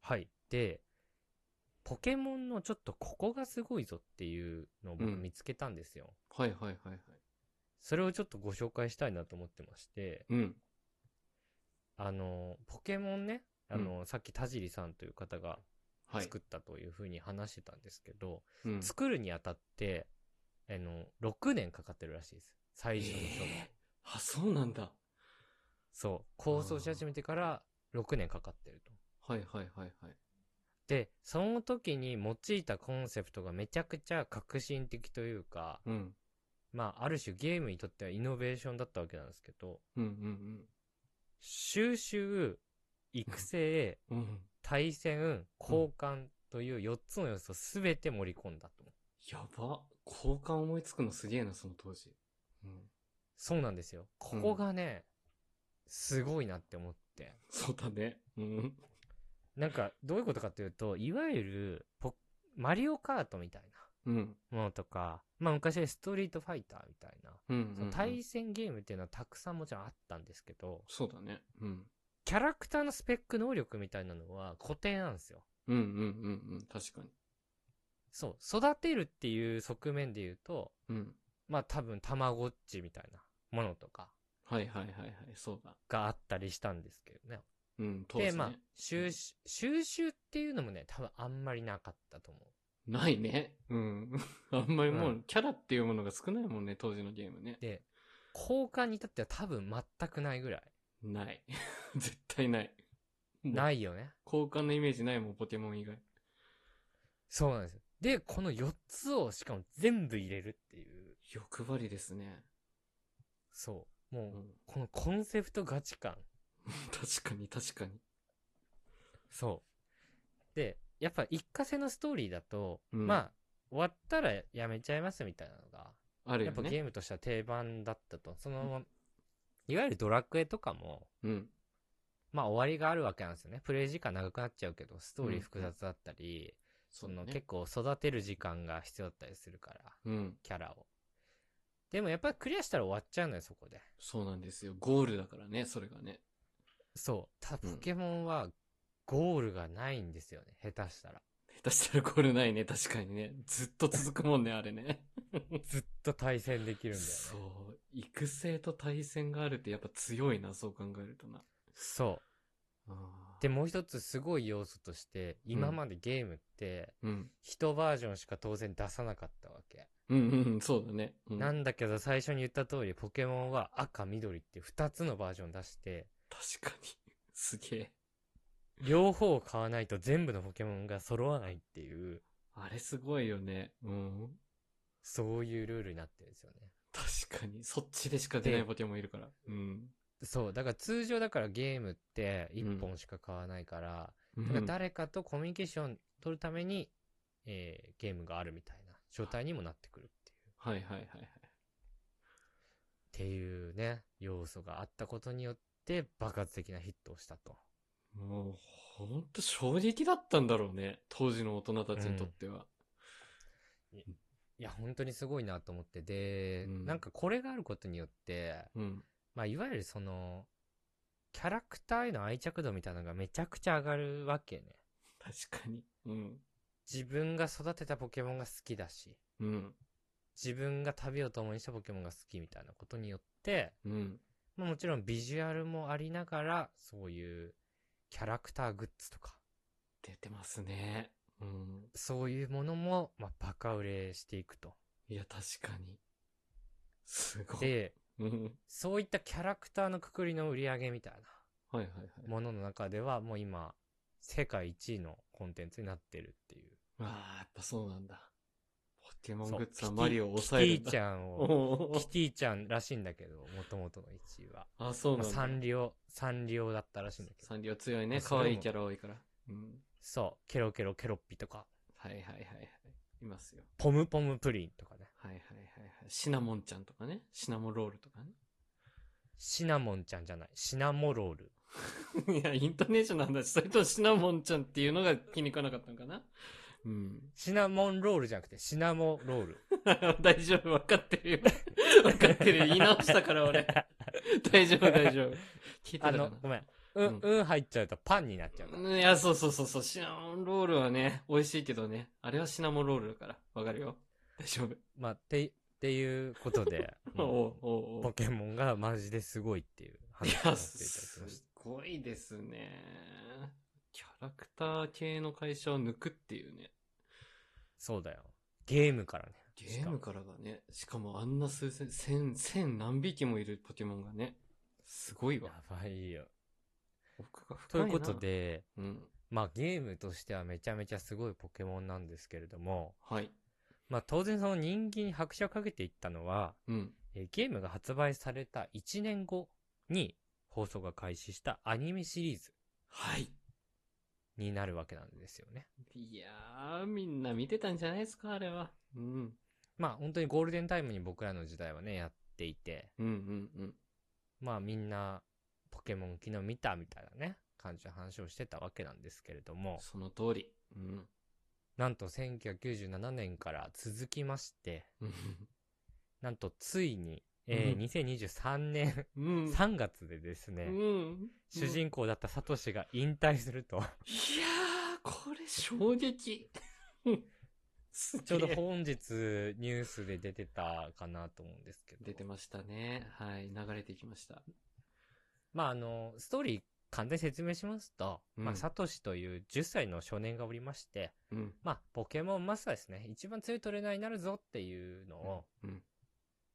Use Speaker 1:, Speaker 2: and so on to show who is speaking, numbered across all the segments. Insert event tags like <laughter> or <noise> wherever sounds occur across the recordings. Speaker 1: はい。で、ポケモンのちょっとここがすごいぞっていうのを僕
Speaker 2: うん
Speaker 1: 見つけたんですよ。
Speaker 2: はいはいはいはい。
Speaker 1: それをちょっとご紹介したいなと思ってまして、
Speaker 2: うん。
Speaker 1: あの、ポケモンね、あの、さっき田尻さんという方が
Speaker 2: はい。
Speaker 1: 作ったというふうに話してたんですけど、
Speaker 2: うん
Speaker 1: 作るにあたって、あの、6年かかってるらしいです。最初の初代。
Speaker 2: えーあ、そうなんだ。
Speaker 1: そう。構想し始めてから6年かかってると。
Speaker 2: はいはいはいはい。
Speaker 1: で、その時に用いたコンセプトがめちゃくちゃ革新的というか、
Speaker 2: うん。
Speaker 1: まあ、ある種ゲームにとってはイノベーションだったわけなんですけど、
Speaker 2: うんうん
Speaker 1: 収集、育成、
Speaker 2: うん。うん。
Speaker 1: 対戦、交換という4つの要素すべて盛り込んだと。
Speaker 2: やば。交換思いつくのすげえな、その当時。うん。 <laughs>
Speaker 1: そうなんですよ。ここがね、すごいなって思って。
Speaker 2: そうだね。うん。
Speaker 1: なんか、どういうことかというと、いわゆるポ、マリオカートみたい
Speaker 2: うん。
Speaker 1: なものとか、まあ昔はストリートファイターみたいな、
Speaker 2: うんうん、
Speaker 1: その対戦ゲームっていうのはたくさんもちろんあったんですけど、
Speaker 2: そうだね。うん。
Speaker 1: キャラクターのスペック能力みたいなのは固定なんですよ。
Speaker 2: うんうんうんうん。確かに。
Speaker 1: そう、育てるっていう側面で言うと、
Speaker 2: うん。
Speaker 1: まあ多分たまごっちみたいなものとか
Speaker 2: はいはいはいはい。そうだ。
Speaker 1: があったりしたんですけどね。
Speaker 2: うん。当時、ね。
Speaker 1: で、まあ、収集、収集っていうのもね、多分あんまりなかったと思う。
Speaker 2: ないね。うん。 <laughs> あんまりも
Speaker 1: う
Speaker 2: う、キャラっていうものが少ないもんね、当時のゲームね。
Speaker 1: で、交換に至っては多分全くないぐらい。
Speaker 2: ない。 <laughs> 絶対ない。い。
Speaker 1: ないよね。
Speaker 2: 交換のイメージないもん、ポケモン以外。
Speaker 1: そうなんですよ。で、この4つをしかも全部入れるっていう、
Speaker 2: 欲張りですね。
Speaker 1: そう。も
Speaker 2: う
Speaker 1: う、
Speaker 2: ん。 <laughs>
Speaker 1: このコンセプトガチ感。
Speaker 2: 確かに、確かに。
Speaker 1: そう。で、やっぱ一過性のストーリーだと、
Speaker 2: うん
Speaker 1: まあ、終わったらやめちゃいますみたいなのが、
Speaker 2: ある
Speaker 1: や
Speaker 2: よ
Speaker 1: っぱ
Speaker 2: ね。
Speaker 1: ゲームとしては定番だったと。そのまま、いわゆるドラクエとかも、
Speaker 2: うん。
Speaker 1: まあ終わりがあるわけなんですよね。プレイ時間長くなっちゃうけど、ストーリー複雑だったり、その
Speaker 2: ね
Speaker 1: 結構育てる時間が必要だったりするから、
Speaker 2: うん。
Speaker 1: キャラを。でもやっぱりクリアしたら終わっちゃうのよ、そこで。
Speaker 2: そうなんですよ。ゴールだからね、それがね。
Speaker 1: そう。ただ
Speaker 2: うん
Speaker 1: ポケモンはゴールがないんですよね、下手したら。
Speaker 2: 下手したらゴールないね、確かにね。ずっと続くもん
Speaker 1: <laughs>
Speaker 2: ね、あれね。
Speaker 1: ずっと対戦できるんだよね。
Speaker 2: そう。育成と対戦があるってやっぱ強いな、そう考えるとな。
Speaker 1: そう。
Speaker 2: あー
Speaker 1: で、もう一つすごい要素として、今までゲームって、
Speaker 2: うん。
Speaker 1: 一バージョンしか当然出さなかったわけ。
Speaker 2: うんうんうん、そうだね。うん、
Speaker 1: なんだけど、最初に言った通り、ポケモンは赤、緑って二つのバージョン出して、
Speaker 2: 確かに。すげえ。
Speaker 1: 両方を買わないと全部のポケモンが揃わないっていう、
Speaker 2: あれすごいよね。うん。
Speaker 1: そういうルールになってるんですよね。
Speaker 2: 確かに。そっちでしか出ない
Speaker 1: で
Speaker 2: ポケモンいるから。うん。
Speaker 1: そう、だから通常だからゲームって一本しか買わないから、
Speaker 2: うん
Speaker 1: だから誰かとコミュニケーション取るために、えーゲームがあるみたいな状態にもなってくるっていう。
Speaker 2: はいはいはいはい。
Speaker 1: っていうね、要素があったことによって爆発的なヒットをしたと。
Speaker 2: もう、ほんと衝撃だったんだろうね。当時の大人たちにとっては。
Speaker 1: いや、本当にすごいなと思って。で、
Speaker 2: うん
Speaker 1: なんかこれがあることによって、
Speaker 2: うん。
Speaker 1: まあ、いわゆるその、キャラクターへの愛着度みたいなのがめちゃくちゃ上がるわけね。
Speaker 2: 確かに。うん。
Speaker 1: 自分が育てたポケモンが好きだし、
Speaker 2: うん。
Speaker 1: 自分が旅を共にしたポケモンが好きみたいなことによって、
Speaker 2: うん。
Speaker 1: まあ、もちろんビジュアルもありながら、そういうキャラクターグッズとか、
Speaker 2: 出てますね。うん。
Speaker 1: そういうものも、まあ、バカ売れしていくと。
Speaker 2: いや、確かに。すごい。
Speaker 1: で、
Speaker 2: うん。
Speaker 1: そういったキャラクターのくくりの売り上げみたい
Speaker 2: はいはいはい。
Speaker 1: なものの中では、もう今、世界一位のコンテンツになってるっていう。
Speaker 2: ああ、やっぱそうなんだ。ポケモン
Speaker 1: そう
Speaker 2: グッズは
Speaker 1: キティ
Speaker 2: マリオを抑えるん
Speaker 1: キテ
Speaker 2: だ。
Speaker 1: ィちゃんを、
Speaker 2: <laughs> お
Speaker 1: キ
Speaker 2: ー
Speaker 1: ティちゃんらしいんだけど、もともとの1位は。
Speaker 2: あ、そう
Speaker 1: ま
Speaker 2: な
Speaker 1: あ、
Speaker 2: んだ。
Speaker 1: サンリオ、サンリオだったらしいんだけど。
Speaker 2: サンリオ強い
Speaker 1: ま
Speaker 2: ね。
Speaker 1: あそれ
Speaker 2: 可
Speaker 1: も
Speaker 2: 愛いキャラ多いから。うん。
Speaker 1: そう、ケロケロケロッピとか、
Speaker 2: はいはいはいはい。いますよ。
Speaker 1: ポムポムプリンとかね。
Speaker 2: はいはいはいはい。シナモンちゃんとかね。シナモロールとか
Speaker 1: シナモンちゃんじゃない、シナモロール。
Speaker 2: ね。いや、イントネーションなんだし、それとシナモンちゃんっていうのが気に食わなかったのかなうん。 <laughs>
Speaker 1: シナモンロールじゃなくて、シナモロール。
Speaker 2: 大丈夫、分かってる
Speaker 1: <laughs>
Speaker 2: よ。分かってるよ。言い直したから俺。大丈夫、大丈夫。聞いてた
Speaker 1: あ
Speaker 2: かな
Speaker 1: の、ごめん。うん、うん入っちゃうとパンになっちゃうから。
Speaker 2: いや、そうそうそうそう、シナモンロールはね、美味しいけどね、あれはシナモンロールだから、わかるよ。大丈夫。
Speaker 1: まあ、て、っていうことで、
Speaker 2: <laughs> お
Speaker 1: も
Speaker 2: うおう
Speaker 1: う
Speaker 2: お
Speaker 1: ポ
Speaker 2: う
Speaker 1: ケモンがマジですごいっていう
Speaker 2: い
Speaker 1: 話をさ
Speaker 2: や、
Speaker 1: せていただき
Speaker 2: す
Speaker 1: まし
Speaker 2: ごいですね。キャラクター系の会社を抜くっていうね。
Speaker 1: た。そうだよ。ゲームからね。
Speaker 2: ゲームからがね、しかもあんな数千、千、千何匹もいるポケモンがね、すごいわ
Speaker 1: や。ばいよ。
Speaker 2: 奥が深
Speaker 1: と
Speaker 2: い
Speaker 1: い
Speaker 2: な
Speaker 1: うこと。で、
Speaker 2: うん。
Speaker 1: まあゲームとしてはめちゃめちゃすごいポケモンなんですけれども、
Speaker 2: はい。
Speaker 1: まあ当然その人気に拍車をかけていったのは、
Speaker 2: うん。
Speaker 1: えーゲームが発売された1年後に放送が開始したアニメシリーズ
Speaker 2: はい。
Speaker 1: になるわけなんですよね。
Speaker 2: いやー、みんな見てたんじゃないですか、あれは。うん。
Speaker 1: まあ本当にゴールデンタイムに僕らの時代はね、やっていて、
Speaker 2: うんうんうん。
Speaker 1: まあみんなポケモン昨日見たみたいなね、感じの話をしてたわけなんですけれども、
Speaker 2: その通り。うん。
Speaker 1: なんと1997年から続きまして、なんとついに、えー
Speaker 2: うん
Speaker 1: 2023年
Speaker 2: うん。
Speaker 1: 3月でですね、
Speaker 2: うん。
Speaker 1: 主人公だったサトシが引退すると、
Speaker 2: いやー、これ衝撃。すげえ
Speaker 1: ちょうど本日ニュースで出てたかなと思うんですけど。
Speaker 2: 出てましたね。はい。流れてきました。
Speaker 1: まああの、ストーリー簡単に説明しますと、
Speaker 2: うん
Speaker 1: まあサトシという10歳の少年がおりまして、
Speaker 2: うん。
Speaker 1: まあポケモンマスターですね、一番強いトレーナーになるぞっていうのを、
Speaker 2: うん。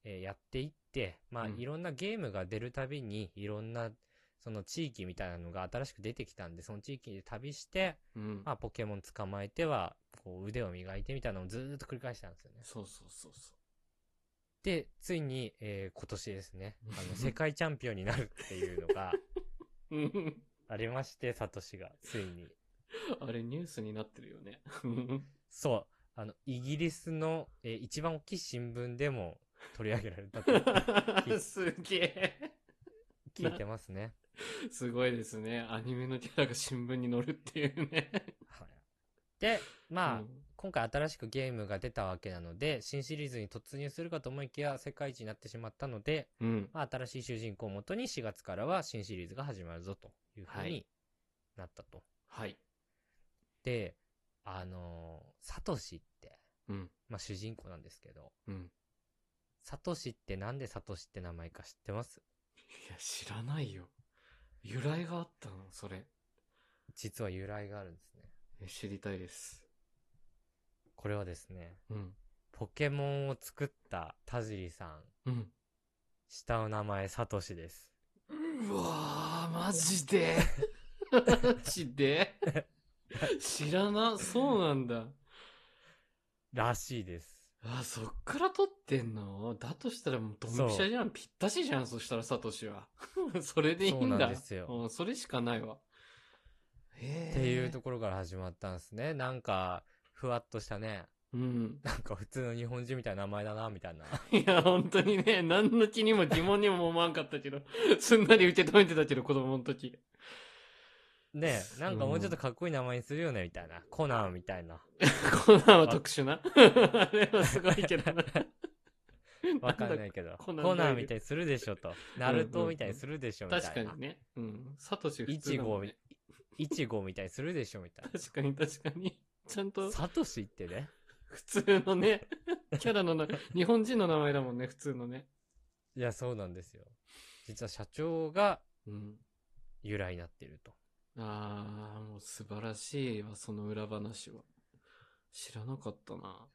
Speaker 1: えーやっていって、まあ
Speaker 2: うん
Speaker 1: いろんなゲームが出るたびに、いろんなその地域みたいなのが新しく出てきたんで、その地域で旅して、
Speaker 2: うん。
Speaker 1: まあポケモン捕まえては、こう腕を磨いてみたいなのをずーっと繰り返したんですよね。
Speaker 2: そうそうそうそ
Speaker 1: で、ついに、えー今年ですね、あ
Speaker 2: <laughs>
Speaker 1: の、世界チャンピオンになるっていうのが
Speaker 2: う。うん。
Speaker 1: ありまして、サトシが、ついに。
Speaker 2: <laughs> あれニュースになってるよね。うん
Speaker 1: そう、あの、イギリスの、えー一番大きい新聞でも取り上げられ
Speaker 2: <laughs>
Speaker 1: たと聞
Speaker 2: <laughs> すげえ。
Speaker 1: 聞いてますね。
Speaker 2: すごいですね。アニメのキャラが新聞に載るっていうね。
Speaker 1: はいで、まあ、
Speaker 2: うん
Speaker 1: 今回新しくゲームが出たわけなので、新シリーズに突入するかと思いきや、世界一になってしまったので、
Speaker 2: うん。
Speaker 1: まあ、新しい主人公をもとに4月からは新シリーズが始まるぞというふう
Speaker 2: は
Speaker 1: に
Speaker 2: い
Speaker 1: なったと。
Speaker 2: はい。
Speaker 1: で、あのーサトシって、
Speaker 2: うん。
Speaker 1: まあ、主人公なんですけど、
Speaker 2: うん。
Speaker 1: サトシってなんでサトシって名前か知ってます
Speaker 2: いや、知らないよ。由来があったのそれ。
Speaker 1: 実は由来があるんですね。
Speaker 2: え知りたいです。
Speaker 1: これはですね、
Speaker 2: うん。
Speaker 1: ポケモンを作った田尻さん、
Speaker 2: うん。
Speaker 1: 下の名前サトシです。
Speaker 2: うわー、マジで。 <laughs> マジで <laughs> 知らな、そうなんだ。
Speaker 1: らしいです。
Speaker 2: あ、そっから撮ってんのだとしたらもうドンピシャじゃん。ぴったしじゃん。そしたらサトシは。 <laughs> それでいいんだ。
Speaker 1: そうなんですよ
Speaker 2: うんそれしかないわ。へ
Speaker 1: っ
Speaker 2: ー
Speaker 1: ていうところから始まったんですね。なんか、ふわっとしたね、
Speaker 2: うん。
Speaker 1: なんか普通の日本人みたいな名前だな、みたいな。
Speaker 2: いや、本当にね、何の気にも疑問にも思わんかったけど、 <laughs> すんなり受け止めてたけど、子供の時。
Speaker 1: ねえなんかもうちょっとかっこいい名前にするよね、みたいな。コナンみたい
Speaker 2: <laughs>
Speaker 1: な。
Speaker 2: コナンは特殊な。 <laughs> あれはすごいけ
Speaker 1: <laughs>
Speaker 2: どな。
Speaker 1: わかんないけど。
Speaker 2: コ
Speaker 1: コ
Speaker 2: ナ
Speaker 1: ナ
Speaker 2: ンドイル
Speaker 1: ンみたいにするでしょと。ナルトみたいにするでしょみたいな。
Speaker 2: 確かにね。うん。サトシ普
Speaker 1: イ
Speaker 2: 通
Speaker 1: チ
Speaker 2: だも
Speaker 1: ゴ
Speaker 2: ん
Speaker 1: み
Speaker 2: ね。、
Speaker 1: イチゴみたいにするでしょみ
Speaker 2: <laughs>
Speaker 1: たい
Speaker 2: 確かに確かに。ちゃん
Speaker 1: な。
Speaker 2: と
Speaker 1: サトシってね。
Speaker 2: 普通
Speaker 1: <laughs>
Speaker 2: のね、キャラのな、日本人の名前だもんね、普通のね。
Speaker 1: いや、そうなんですよ。実は社長が
Speaker 2: うん。
Speaker 1: 由来になっていると。
Speaker 2: あー、もう素晴らしいわ、その裏話は。知らなかったな。